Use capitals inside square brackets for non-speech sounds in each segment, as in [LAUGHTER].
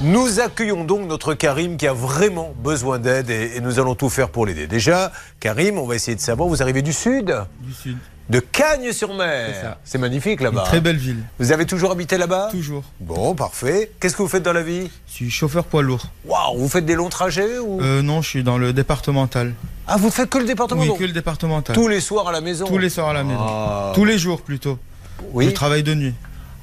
Nous accueillons donc notre Karim qui a vraiment besoin d'aide et, et nous allons tout faire pour l'aider. Déjà, Karim, on va essayer de savoir, vous arrivez du sud du sud. De C'est Cagnes-sur-Mer. ça. C'est magnifique Une là-bas. très belle ville, Vous avez toujours habité là-bas toujours. Bon, parfait. Qu'est-ce que vous faites dans la vie Je suis chauffeur poids lourd. Waouh, vous faites des longs trajets ou Euh, non, je suis dans le départemental. Ah, vous ne faites que le département oui, donc que le départemental. Tous les soirs à la maison Tous les soirs à la maison. Ah. Tous les jours plutôt. Je Oui. travaille de nuit.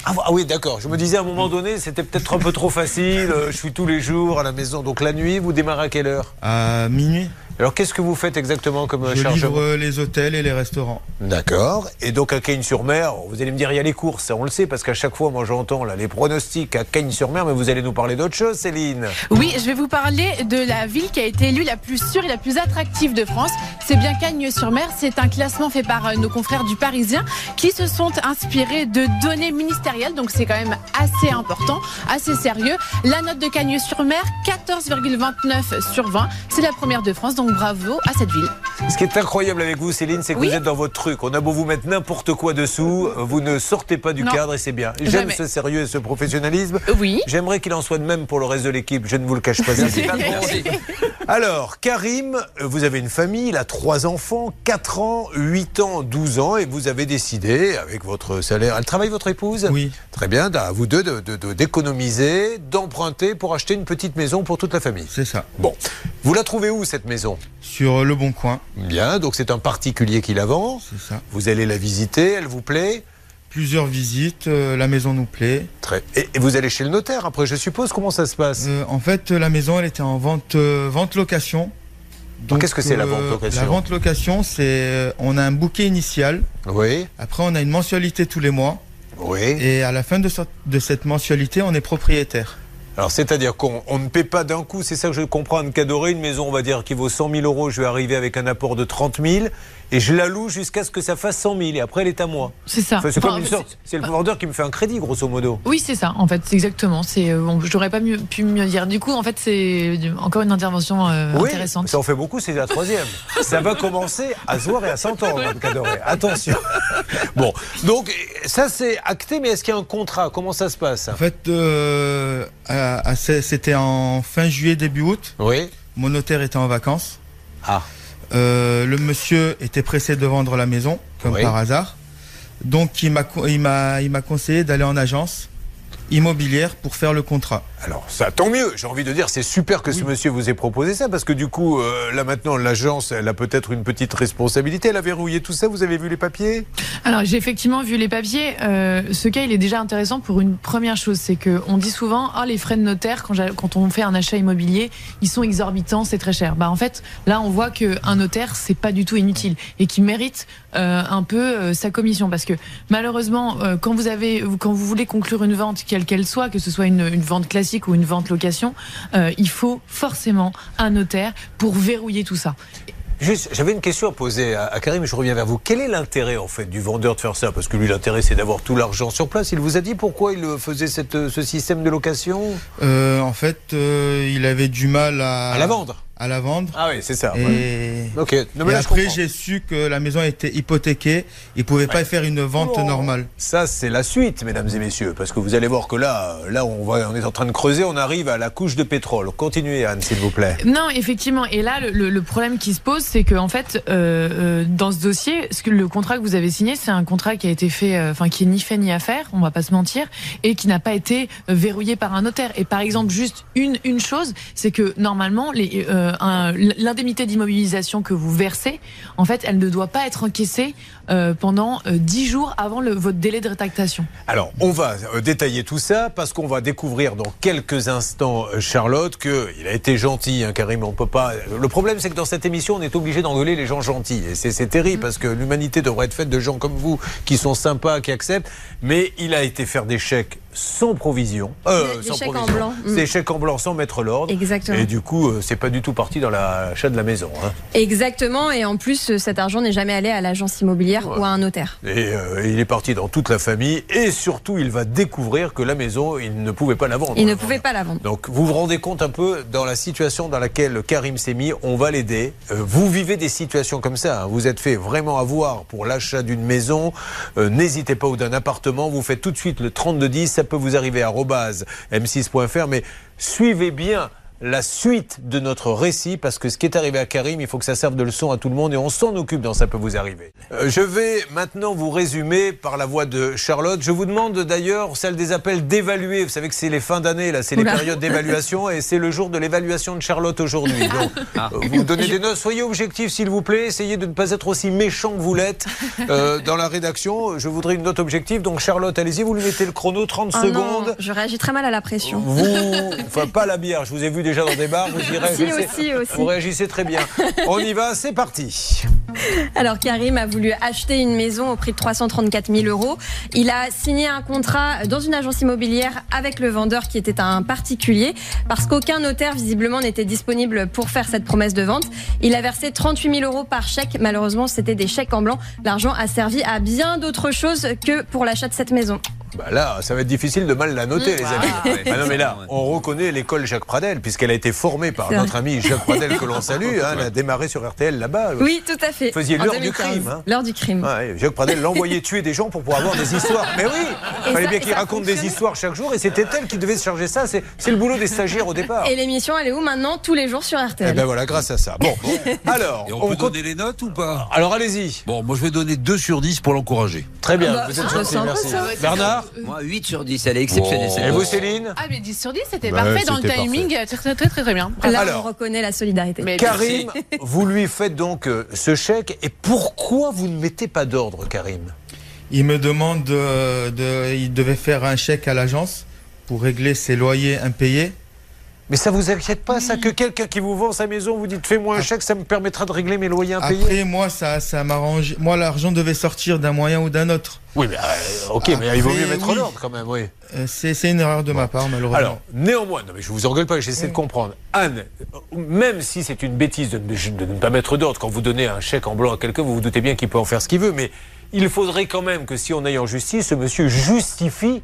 Ah, ah oui, d'accord. Je me disais à un moment donné, c'était peut-être un peu trop facile. Euh, Je suis tous les jours à la maison. Donc la nuit, vous démarrez à quelle heure À minuit, Alors qu'est-ce que vous faites exactement comme euh, je livre chargement euh, les hôtels et les restaurants. D'accord. Et donc à Cagnes-sur-Mer, vous allez me dire, il y a les courses, ça, on le sait, parce qu'à chaque fois, moi j'entends là, les pronostics à Cagnes-sur-Mer, mais vous allez nous parler d'autre chose, Céline. Oui, je vais vous parler de la ville qui a été élue la plus sûre et la plus attractive de France. C'est bien Cagnes-sur-Mer. C'est un classement fait par euh, nos confrères du Parisien qui se sont inspirés de données ministérielles. Donc c'est quand même assez important, assez sérieux. La note de Cagnes-sur-Mer, 14,29 sur 20. C'est la première de France. Donc bravo à cette ville. Ce qui est incroyable avec vous, Céline, c'est que Oui. vous êtes dans votre truc. On a beau vous mettre n'importe quoi dessous, vous ne sortez pas du Non. cadre et c'est bien. J'aime Jamais. ce sérieux et ce professionnalisme. Oui. J'aimerais qu'il en soit de même pour le reste de l'équipe, je ne vous le cache pas. Merci. [LAUGHS] Alors, Karim, euh, vous avez une famille, il a trois enfants, 4 ans, 8 ans, 12 ans, et vous avez décidé, avec votre salaire, elle travaille votre épouse Oui, Très bien, à vous deux de- de- de- d'économiser, d'emprunter pour acheter une petite maison pour toute la famille. c'est ça. Bon, vous la trouvez où cette maison Sur euh, le bon coin, Bien, donc c'est un particulier qui la vend. c'est ça. Vous allez la visiter, elle vous plaît Plusieurs visites, euh, la maison nous plaît. Très. Et, et vous allez chez le notaire après, je suppose, comment ça se passe Euh, en fait, euh, la maison, elle était en vente, euh, vente location. Donc, Ah, euh, qu'est-ce que c'est, la vente location La vente location, c'est euh, on a un bouquet initial. Oui, Après, on a une mensualité tous les mois. oui. Et à la fin de, so- de cette mensualité, on est propriétaire. Alors, c'est-à-dire qu'on on ne paie pas d'un coup, c'est ça que je comprends, Anne Cadoré, une maison, on va dire, qui vaut 100 000 euros, je vais arriver avec un apport de 30 000, et je la loue jusqu'à ce que ça fasse 100 000, et après, elle est à moi. C'est ça. Enfin, c'est comme Enfin, une c'est- sorte, c'est le vendeur qui me fait un crédit, grosso modo. Oui, c'est ça, en fait, c'est exactement. C'est, euh, bon, j'aurais pas mieux, pu mieux dire. Du coup, en fait, c'est du- encore une intervention euh, Oui, intéressante. ça en fait beaucoup, c'est la troisième. ça va commencer à se voir et à s'entendre, Anne Cadoré. Attention. bon, donc, ça, c'est acté, mais est-ce qu'il y a un contrat Comment ça se passe En fait, euh, à- à- c'est- c'était en fin juillet, début août. Oui. Mon notaire était en vacances. Ah. Euh, le monsieur était pressé de vendre la maison, comme Oui. par hasard. Donc, il m'a co- il m'a il m'a conseillé d'aller en agence immobilière pour faire le contrat. Alors ça, tant mieux. J'ai envie de dire, c'est super que ce monsieur vous ait proposé ça, parce que du coup, euh, là maintenant, l'agence, elle a peut-être une petite responsabilité. Elle a verrouillé tout ça. Vous avez vu les papiers Alors, j'ai effectivement vu les papiers. Euh, ce cas, il est déjà intéressant pour une première chose, c'est que on dit souvent, ah, les frais de notaire quand, j'a- quand on fait un achat immobilier, ils sont exorbitants, c'est très cher. Bah, en fait, là, on voit que un notaire, c'est pas du tout inutile et qui mérite euh, un peu euh, sa commission, parce que malheureusement, euh, quand vous avez, quand vous voulez conclure une vente, quelle qu'elle soit, que ce soit une, une vente classique ou une vente location, euh, il faut forcément un notaire pour verrouiller tout ça. Juste, j'avais une question à poser à, à Karim. Je reviens vers vous. Quel est l'intérêt en fait du vendeur de faire ça Parce que lui, l'intérêt, c'est d'avoir tout l'argent sur place. Il vous a dit pourquoi il euh, faisait cette, euh, ce système de location Euh, en fait, euh, il avait du mal à, à la vendre. à la vendre. Ah oui, c'est ça. ouais. Et, Ok. Non, mais et là, je après, comprends. j'ai su que la maison était hypothéquée. Il pouvait pas faire une vente Oh. normale. Ça, c'est la suite, mesdames et messieurs, parce que vous allez voir que là, là, on, va, on est en train de creuser, on arrive à la couche de pétrole. Continuez, Anne, s'il vous plaît. Non, effectivement. Et là, le- le, le problème qui se pose, c'est que en fait, euh, euh, dans ce dossier, ce que, le contrat que vous avez signé, c'est un contrat qui a été fait, euh, enfin, qui est ni fait ni à faire, on va pas se mentir, et qui n'a pas été euh, verrouillé par un notaire. Et par exemple, juste une une chose, c'est que normalement, les, euh, un- l'indemnité d'immobilisation que vous versez, en fait, elle ne doit pas être encaissée euh, pendant euh, 10 jours avant le, votre délai de rétractation. Alors, on va euh, détailler tout ça parce qu'on va découvrir dans quelques instants, euh, Charlotte, que il a été gentil, hein, Karim. On peut pas. Le problème, c'est que dans cette émission, on est obligé d'engueuler les gens gentils. Et c'est c'est terrible parce que l'humanité devrait être faite de gens comme vous qui sont sympas, qui acceptent. Mais il a été faire des chèques sans provision. euh, Des- des chèques en blanc. Mm. Des chèques en blanc sans mettre l'ordre. Exactement. Et du coup, euh, c'est pas du tout parti dans l'achat de la maison. hein. Exactement, et en plus, euh, cet argent n'est jamais allé à l'agence immobilière ou à un notaire. Et euh, il est parti dans toute la famille. Et surtout, il va découvrir que la maison, il ne pouvait pas la vendre. Il ne La pouvait vendre. pas la vendre. Donc, vous vous rendez compte un peu dans la situation dans laquelle Karim s'est mis. On va l'aider. Euh, vous vivez des situations comme ça. hein. Vous êtes fait vraiment avoir pour l'achat d'une maison. Euh, N'hésitez pas ou d'un appartement. Vous faites tout de suite le 3210. Ça peut vous arriver arobase m6.fr, mais suivez bien la suite de notre récit parce que ce qui est arrivé à Karim, il faut que ça serve de leçon à tout le monde et on s'en occupe dans ça peut vous arriver. Euh, je vais maintenant vous résumer par la voix de Charlotte. Je vous demande d'ailleurs celle des appels d'évaluer. Vous savez que c'est les fins d'année là, c'est les périodes d'évaluation et c'est le jour de l'évaluation de Charlotte aujourd'hui. Donc, euh, vous donnez des notes, soyez objectifs s'il vous plaît, essayez de ne pas être aussi méchant que vous l'êtes euh, dans la rédaction. Je voudrais une note objective. Donc Charlotte, allez-y, vous lui mettez le chrono 30 Oh non, secondes. je réagis très mal à la pression. Vous, [LAUGHS] enfin pas la bière, je vous ai vu déjà dans des bars, vous y Si, réagissez. aussi, aussi. Vous réagissez très bien. On y va, c'est parti. Alors Karim a voulu acheter une maison au prix de 334 000 euros. Il a signé un contrat dans une agence immobilière avec le vendeur qui était un particulier parce qu'aucun notaire visiblement n'était disponible pour faire cette promesse de vente. Il a versé 38 000 euros par chèque. Malheureusement, c'était des chèques en blanc. L'argent a servi à bien d'autres choses que pour l'achat de cette maison. Bah là, ça va être difficile de mal la Mm. noter, les amis. Ah non, mais là, on reconnaît l'école Jacques Pradel, puisqu'elle a été formée par C'est vrai. notre ami Jacques Pradel, que l'on [LAUGHS] salue. hein, elle a démarré sur RTL là-bas. euh, Oui, tout à fait. Faisiez En l'heure du 2015. crime, hein. L'heure du crime. Ouais, Jacques Pradel l'envoyait tuer des gens pour pouvoir avoir des histoires. Mais oui, il Et fallait ça- bien et qu'il ça raconte des fonctionnait. histoires chaque jour, et c'était elle qui devait se charger ça. C'est c'est le boulot des stagiaires au départ. Et l'émission, elle est où maintenant Tous les jours sur RTL. Eh ben voilà, grâce à ça. Bon, [LAUGHS] alors, Et on, on peut compte- donner les notes ou pas alors allez-y. Bon, moi je vais donner 2 sur 10 pour l'encourager. Très bien, Ah bah, vous êtes ça gentil, ressemble à merci. ça. Bernard, Moi, 8 sur 10, elle est exceptionnelle. Oh. cette et note. vous Céline Ah, mais 10 sur 10, c'était Bah ouais, parfait dans le c'était timing. Très, très, très, très, très bien. Là, Eh ben, Alors. on reconnaît la solidarité. Mais Karim, [LAUGHS] vous lui faites donc euh, ce chèque. Et pourquoi vous ne mettez pas d'ordre, Karim Il me demande de, de- il devait faire un chèque à l'agence pour régler ses loyers impayés. Mais ça vous inquiète pas, ça, que quelqu'un qui vous vend sa maison vous dites fais-moi un chèque, ça me permettra de régler mes loyers impayés Après, moi, ça, ça m'arrange. Moi, l'argent devait sortir d'un moyen ou d'un autre. Oui, mais euh, ok, mais il vaut mieux Après, mettre oui. l'ordre quand même, oui. Euh, C'est c'est une erreur de ma part, malheureusement. Alors, néanmoins, non, mais je vous engueule pas, j'essaie de comprendre. Anne, euh, même si c'est une bêtise de, ne- de ne pas mettre d'ordre, quand vous donnez un chèque en blanc à quelqu'un, vous vous doutez bien qu'il peut en faire ce qu'il veut, mais il faudrait quand même que si on aille en justice, ce monsieur justifie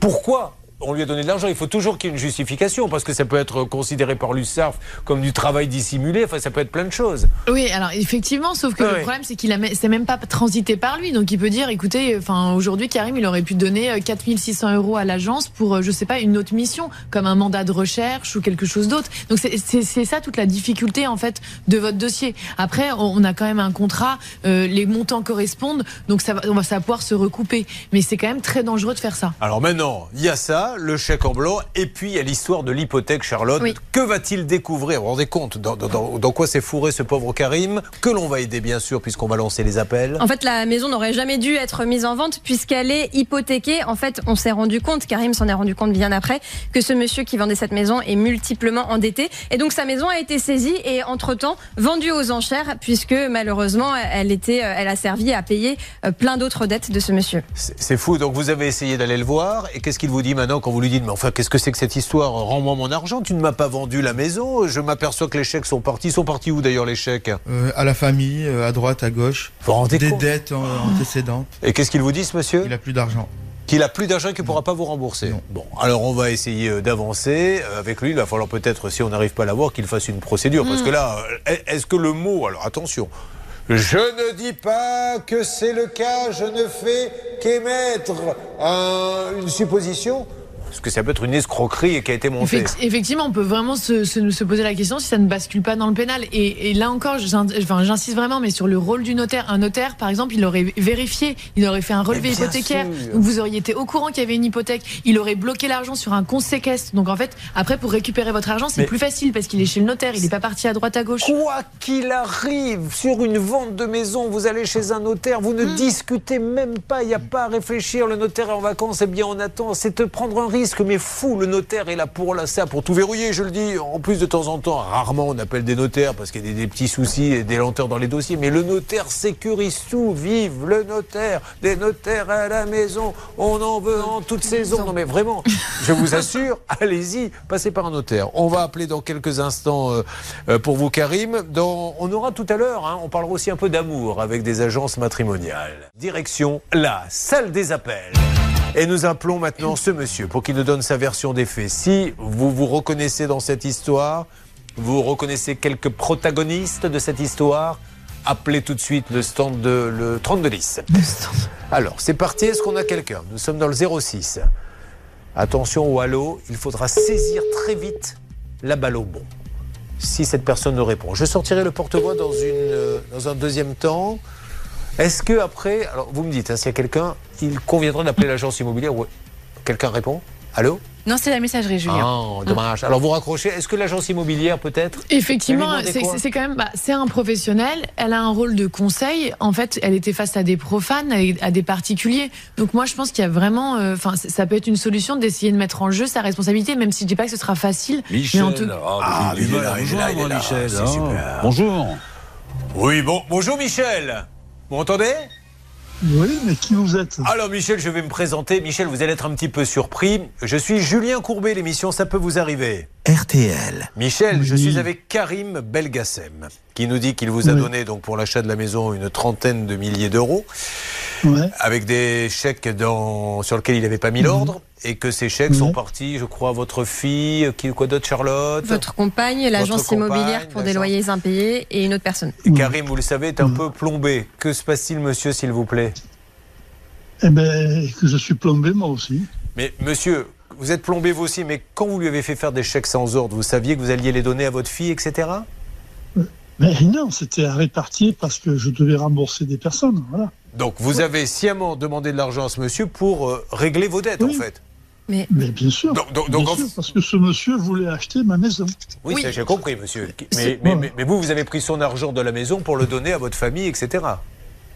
pourquoi on lui a donné de l'argent. Il faut toujours qu'il y ait une justification, parce que ça peut être considéré par l'USARF comme du travail dissimulé, enfin ça peut être plein de choses. Oui, alors effectivement, sauf que Ah oui. le problème, c'est qu'il a- c'est même pas transité par lui. Donc il peut dire, écoutez, enfin aujourd'hui, Karim, il aurait pu donner euh, 4600 euros à l'agence pour, euh, je sais pas, une autre mission, comme un mandat de recherche ou quelque chose d'autre. Donc c'est- c'est c'est ça toute la difficulté, en fait, de votre dossier. Après, on on a quand même un contrat, euh, les montants correspondent, donc ça va, on va ça va pouvoir se recouper. Mais c'est quand même très dangereux de faire ça. Alors maintenant, il y a ça, le chèque en blanc, et puis il y a l'histoire de l'hypothèque, Charlotte. Oui. Que va-t-il découvrir Vous vous rendez compte dans, dans- dans- dans quoi s'est fourré ce pauvre Karim Que l'on va aider, bien sûr, puisqu'on va lancer les appels. En fait, la maison n'aurait jamais dû être mise en vente puisqu'elle est hypothéquée. En fait, on s'est rendu compte, Karim s'en est rendu compte bien après, que ce monsieur qui vendait cette maison est multiplement endetté. Et donc, sa maison a été saisie et entre-temps vendue aux enchères puisque malheureusement, elle, était, euh, elle a servi à payer euh, plein d'autres dettes de ce monsieur. C'est c'est fou, donc vous avez essayé d'aller le voir, et qu'est-ce qu'il vous dit maintenant quand vous lui dites Mais enfin, qu'est-ce que c'est que cette histoire Rends-moi mon argent, tu ne m'as pas vendu la maison, je m'aperçois que les chèques sont partis. Ils sont partis où d'ailleurs les chèques Vous Euh, à la famille, euh, à droite, à gauche. vous rendez Des compte dettes euh, antécédentes. Et qu'est-ce qu'il vous dit, ce monsieur Il a plus d'argent. qu'il a plus d'argent et qu'il ne pourra pas vous rembourser. Non. Bon, alors on va essayer euh, d'avancer euh, avec lui. Il va falloir peut-être, si on n'arrive pas à l'avoir, qu'il fasse une procédure. Parce que là, euh, est- est-ce que le mot. Alors attention. Je ne dis pas que c'est le cas, je ne fais qu'émettre un- une supposition. Parce que ça peut être une escroquerie qui a été montée. Effect- Effectivement, on peut vraiment se, se- se poser la question si ça ne bascule pas dans le pénal. Et, et là encore, j'in- enfin, j'insiste vraiment, mais sur le rôle du notaire. Un notaire, par exemple, il aurait vérifié, il aurait fait un relevé Mais bien hypothécaire. sûr. Donc vous auriez été au courant qu'il y avait une hypothèque. Il aurait bloqué l'argent sur un compte séquestre. Donc en fait, après, pour récupérer votre argent, c'est Mais- plus facile parce qu'il est chez le notaire, il n'est pas parti à droite à gauche. Quoi qu'il arrive, sur une vente de maison, vous allez chez un notaire, vous ne discutez même pas, il n'y a pas à réfléchir. Le notaire est en vacances, eh bien on attend. C'est te prendre un risque, mais fou, le notaire est là pour là, ça, pour tout verrouiller, je le dis. En plus, de temps en temps, rarement on appelle des notaires parce qu'il y a des, des petits soucis et des lenteurs dans les dossiers, mais le notaire sécurise tout. Vive le notaire, des notaires à la maison, on en veut en toute saison. Non mais vraiment, je vous assure, [LAUGHS] allez-y, passez par un notaire. On va appeler dans quelques instants euh, euh, pour vous, Karim. Dans- on aura tout à l'heure, hein, on parlera aussi un peu d'amour avec des agences matrimoniales. Direction la salle des appels. Et nous appelons maintenant ce monsieur pour qu'il nous donne sa version des faits. Si vous vous reconnaissez dans cette histoire, vous reconnaissez quelques protagonistes de cette histoire, appelez tout de suite le stand de le 3210. Alors, c'est parti, est-ce qu'on a quelqu'un Nous sommes dans le 06. Attention au halo, il faudra saisir très vite la balle au bon. Si cette personne ne répond, je sortirai le porte-voix dans, une, euh, dans un deuxième temps. Est-ce que après, alors vous me dites, hein, s'il y a quelqu'un, il conviendrait d'appeler l'agence immobilière ou quelqu'un répond Allô Non, c'est la messagerie, Julien. Ah, dommage. Alors vous raccrochez. Est-ce que l'agence immobilière peut-être Effectivement, Elle lui demandait c'est quoi c'est quand même, bah, c'est un professionnel. Elle a un rôle de conseil. En fait, elle était face à des profanes, à- à des particuliers. Donc moi, je pense qu'il y a vraiment, euh, enfin, c- ça peut être une solution d'essayer de mettre en jeu sa responsabilité, même si je dis pas que ce sera facile. Michel. Mais en tout- Ah, mais il est voilà, là, il est bonjour, là, il est là, Michel. c'est Ah, super. Bonjour. Oui, bon, bonjour Michel. Vous m'entendez Oui, mais qui vous êtes Alors Michel, je vais me présenter. Michel, vous allez être un petit peu surpris. Je suis Julien Courbet, l'émission Ça peut vous arriver. RTL. Michel, je Oui. suis avec Karim Belgassem, qui nous dit qu'il vous a Oui. donné donc pour l'achat de la maison une trentaine de milliers d'euros, Ouais. avec des chèques dans- sur lesquels il n'avait pas mis l'ordre, et que ces chèques sont Mhm. Oui. partis, je crois, à votre fille, qui quoi d'autre, Charlotte Votre compagne, l'agence compagne, immobilière pour des l'agence. loyers impayés et une autre personne. Karim, vous le savez, est un Mhm. peu plombé. Que se passe-t-il, monsieur, s'il vous plaît Eh ben, que je suis plombé moi aussi. Mais monsieur, vous êtes plombé vous aussi, mais quand vous lui avez fait faire des chèques sans ordre, vous saviez que vous alliez les donner à votre fille, etc. Mais non, c'était à répartir parce que je devais rembourser des personnes. Voilà. Donc vous avez sciemment demandé de l'argent à ce monsieur pour euh, régler vos dettes, Oui. en fait. Mais Mais bien sûr. Donc- donc- donc bien en- sûr, parce que ce monsieur voulait acheter ma maison. Oui, Oui. ça, j'ai compris, monsieur. Mais, C'est- mais- mais- mais vous, vous avez pris son argent de la maison pour le donner à votre famille, etc.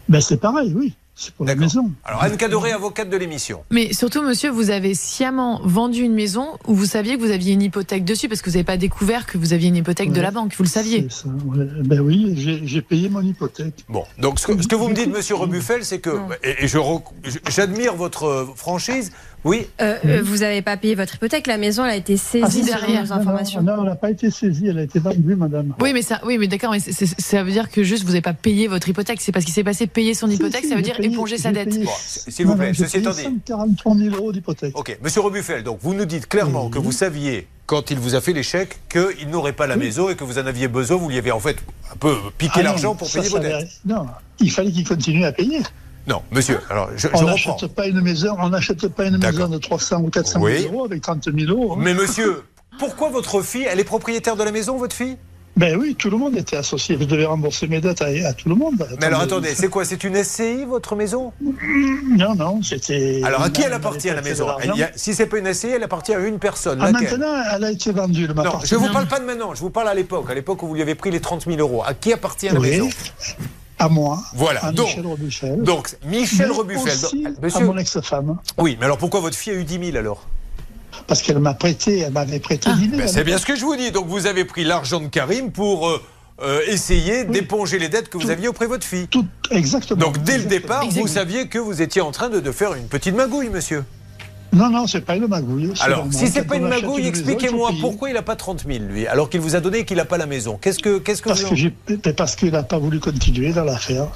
Ben, c'est pareil, oui. C'est pour la D'accord. maison. Alors Anne Cadoré, avocate de l'émission. Mais surtout, monsieur, vous avez sciemment vendu une maison où vous saviez que vous aviez une hypothèque dessus parce que vous n'avez pas découvert que vous aviez une hypothèque de Ouais. la banque. Vous le saviez. C'est ça, ouais. Ben oui, j'ai- j'ai payé mon hypothèque. Bon, donc ce que, ce que vous me dites, monsieur Rebuffel, c'est que. Et, et je rec- je- j'admire votre euh, franchise. Oui, euh, euh, vous n'avez pas payé votre hypothèque, la maison elle a été Ah, saisie Ah, si, derrière derrière. nos Non, non, informations. non, elle n'a pas été saisie, elle a été vendue, madame. Oui, mais ça, oui, mais d'accord, mais c'est- c'est- ça veut dire que juste vous n'avez pas payé votre hypothèque. C'est parce qu'il s'est passé payer son Si, hypothèque, si, ça veut j'ai dire payé- éponger sa j'ai dette. payé- Bon, s'il vous plaît, Madame, j'ai ceci payé étant dit. 143 000 euros d'hypothèque. Ok, monsieur Rebuffel, donc vous nous dites clairement que vous saviez, quand il vous a fait l'échec, qu'il n'aurait pas la maison et que vous en aviez besoin, vous lui avez en fait un peu piqué Ah non, l'argent pour ça, payer ça vos dettes. avait- Non, il fallait qu'il continue à payer. Non, monsieur, alors je, je On reprends. n'achète pas une maison, on n'achète pas une D'accord. maison de 300 ou 400 Oui. 000 euros avec 30 000 euros. hein. Mais monsieur, pourquoi votre fille, elle est propriétaire de la maison, votre fille Ben oui, tout le monde était associé. Je devais rembourser mes dettes à, à tout le monde. Mais alors attendez, c'est quoi C'est une SCI, votre maison Non, non, c'était. Alors à qui elle on appartient, avait la pas maison fait de Elle y l'argent. a- Si c'est pas une SCI, elle appartient à une personne. Ah, laquelle maintenant, elle a été vendue, le non, m'appartient. je vous parle pas de maintenant, je vous parle à l'époque, à l'époque où vous lui avez pris les 30 000 euros. À qui appartient la Oui. maison À moi. Voilà, À donc- Michel Robuchel. Donc, Michel mais Rebuffel. aussi donc- à monsieur, mon ex-femme. oui, mais alors pourquoi votre fille a eu 10 000 alors Parce qu'elle m'a prêté, elle m'avait prêté dîner. Ben, elle c'est bien ce que je vous dis. Donc vous avez pris l'argent de Karim pour euh, euh, essayer d'éponger les dettes que vous Tout. aviez auprès de votre fille. Tout, exactement. Donc dès le Exactement. départ, vous saviez que vous étiez en train de, de faire une petite magouille, monsieur. Non, non, c'est pas une magouille. c'est Alors, normal. si c'est Quand pas une on achète magouille, maison, il faut expliquez-moi payer. pourquoi il a pas 30 000, lui, alors qu'il vous a donné et qu'il n'a pas la maison. Qu'est-ce que, qu'est-ce que Parce vous en- que j'ai- mais parce qu'il n'a pas voulu continuer dans l'affaire.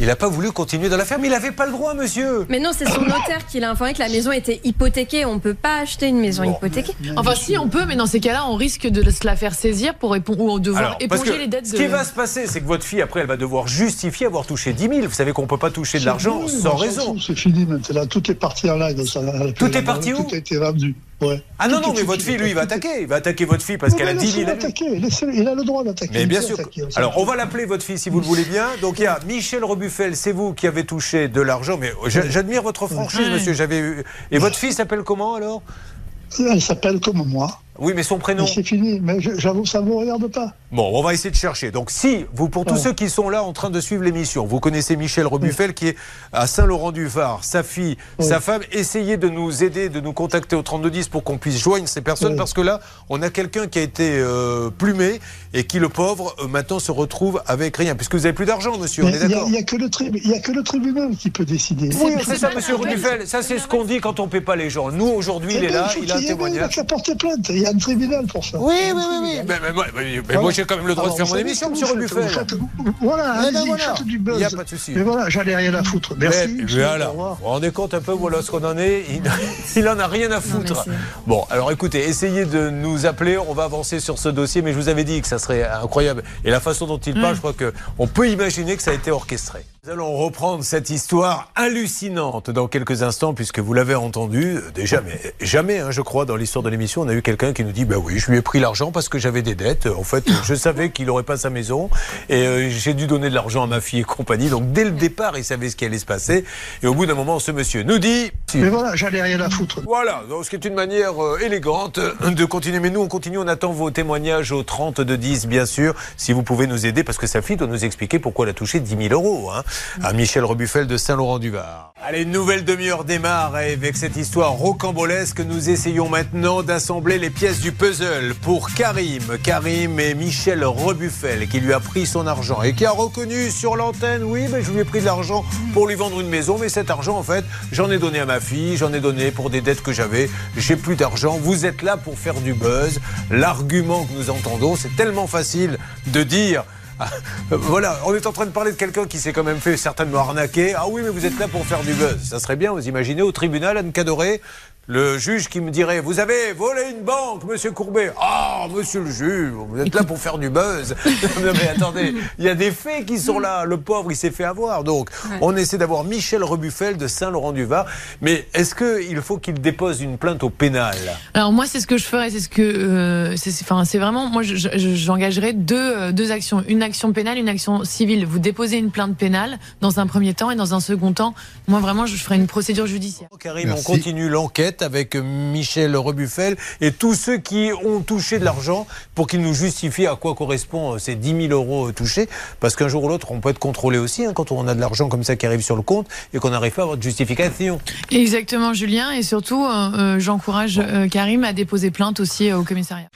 Il n'a pas voulu continuer dans l'affaire, mais il n'avait pas le droit, monsieur. Mais non, c'est son notaire qui l'a informé que la maison était hypothéquée. On ne peut pas acheter une maison Bon. hypothéquée. Enfin, si on peut, mais dans ces cas-là, on risque de se la faire saisir pour répondre ou devoir Alors, parce éponger que les dettes ce de. qui va se passer, c'est que votre fille, après, elle va devoir justifier avoir touché 10 000. Vous savez qu'on ne peut pas toucher de l'argent Oui, sans on s'en raison. fout, C'est fini maintenant. Tout est parti en live. ça, elle a plus Tout est rien parti à voir, où Tout a été vendu. Ouais. Ah non, Tout non, est mais votre fini. fille, lui, il va attaquer. Il va attaquer votre fille parce Non, qu'elle a mais 10 laissez-le 000. à lui. attaquer, laissez-le, Il a le droit d'attaquer. Mais bien sûr. laissez-le que- attaquer, on s'en Alors, fout. on va l'appeler votre fille si vous le voulez bien. Donc, il y a Michel Rebuffel, c'est vous qui avez touché de l'argent. Mais j'a- j'admire votre franchise, Ouais. monsieur. J'avais eu- Et votre fille s'appelle comment alors Elle s'appelle comme moi. Oui, mais son Mais prénom. C'est fini. Mais je- j'avoue, ça ne vous regarde pas. Bon, on va essayer de chercher. Donc, si vous, pour tous Ouais. ceux qui sont là en train de suivre l'émission, vous connaissez Michel Rebuffel qui est à Saint-Laurent-du-Var, sa fille, Ouais. sa femme, essayez de nous aider, de nous contacter au 3210 pour qu'on puisse joindre ces personnes Ouais. parce que là, on a quelqu'un qui a été euh, plumé et qui, le pauvre, euh, maintenant se retrouve avec rien. Puisque vous avez plus d'argent, monsieur, Mais on est Il n'y a, d'accord il y a que le tri- il y a que le tribunal qui peut décider. Oui, Il c'est ça, monsieur Rubifel. Ça, c'est ce qu'on dit quand on ne paie pas les gens. Nous, aujourd'hui, il est là, faut il a un qu'il y ait- Il a témoignage. qu'à porter plainte. Il y a un tribunal pour ça. Oui, oui, oui, oui. Mais, mais moi- mais- mais moi, j'ai quand même le droit Alors, de faire vous mon savez émission, ce monsieur que vous Rubifel. faites, vous faites- Voilà, Eh ben allez-y, voilà. faites du Il buzz. n'y a pas de souci. Eh, Mais voilà, j'en ai rien à foutre. Merci. Mais- monsieur, voilà, au vous revoir. vous rendez compte un peu, voilà ce qu'on en est. Il, [LAUGHS] il en a rien à mais foutre. c'est- Bon, alors écoutez, essayez de nous appeler. On va avancer sur ce dossier, mais je vous avais dit que ça serait incroyable. Et la façon dont il parle, je crois qu'on peut imaginer que ça a été orchestré. Nous allons reprendre cette histoire hallucinante dans quelques instants, puisque vous l'avez entendu euh, déjà, mais jamais, hein, je crois, dans l'histoire de l'émission, on a eu quelqu'un qui nous dit Bah oui, je lui ai pris l'argent parce que j'avais des dettes. En fait, je savais qu'il n'aurait pas sa maison et euh, j'ai dû donner de l'argent à ma fille et compagnie. Donc, dès le départ, il savait ce qui allait se passer. Et au bout d'un moment, ce monsieur nous dit Mais voilà, j'allais rien à foutre. voilà, donc, ce qui est une manière euh, élégante euh, de continuer. Mais nous, on continue, on attend vos témoignages au 30 de 10, bien sûr, si vous pouvez nous aider, parce que sa fille doit nous expliquer pourquoi elle a touché 10 000 euros hein, à Michel Rebuffel de Saint-Laurent-du-Var. Allez, une nouvelle demi-heure démarre et avec cette histoire rocambolesque. Nous essayons maintenant d'assembler les pièces du puzzle pour Karim. Karim et Michel Rebuffel, qui lui a pris son argent et qui a reconnu sur l'antenne, oui, mais je lui ai pris de l'argent pour lui vendre une maison, mais cet argent, en fait, j'en ai donné à ma fille, j'en ai donné pour des dettes que j'avais, j'ai plus d'argent, vous êtes là pour faire du buzz. L'argument que nous entendons, c'est tellement facile de dire. [LAUGHS] Ah, euh, Voilà, on est en train de parler de quelqu'un qui s'est quand même fait certainement arnaquer. Ah oui, mais vous êtes là pour faire du buzz. Ça serait bien, vous imaginez, au tribunal, Anne Cadoré, le juge qui me dirait Vous avez volé une banque, monsieur Courbet. Ah, monsieur le juge, vous êtes là pour faire du buzz. [LAUGHS] non, mais attendez, il y a des faits qui sont là. Le pauvre, il s'est fait avoir. Donc, on essaie d'avoir Michel Rebuffel de Saint-Laurent-du-Var. Mais est-ce qu'il faut qu'il dépose une plainte au pénal Alors moi, c'est ce que je ferais, c'est ce que, euh, c'est- c'est enfin, c'est vraiment, moi, je- je- j'engagerais deux, euh, deux actions, une action pénale, une action civile. Vous déposez une plainte pénale dans un premier temps et dans un second temps, moi vraiment, je ferais une procédure judiciaire. Karim, Merci. on continue l'enquête avec Michel Rebuffel et tous ceux qui ont touché de l'argent pour qu'ils nous justifient à quoi correspond euh, ces 10 000 euros euh, touchés. Parce qu'un jour ou l'autre, on peut être contrôlé aussi hein, quand on a de l'argent comme ça qui arrive sur le compte et qu'on n'arrive pas à avoir de justification. Exactement, Julien, et surtout, euh, euh, j'encourage euh, Karim à déposer plainte aussi euh, au commissariat.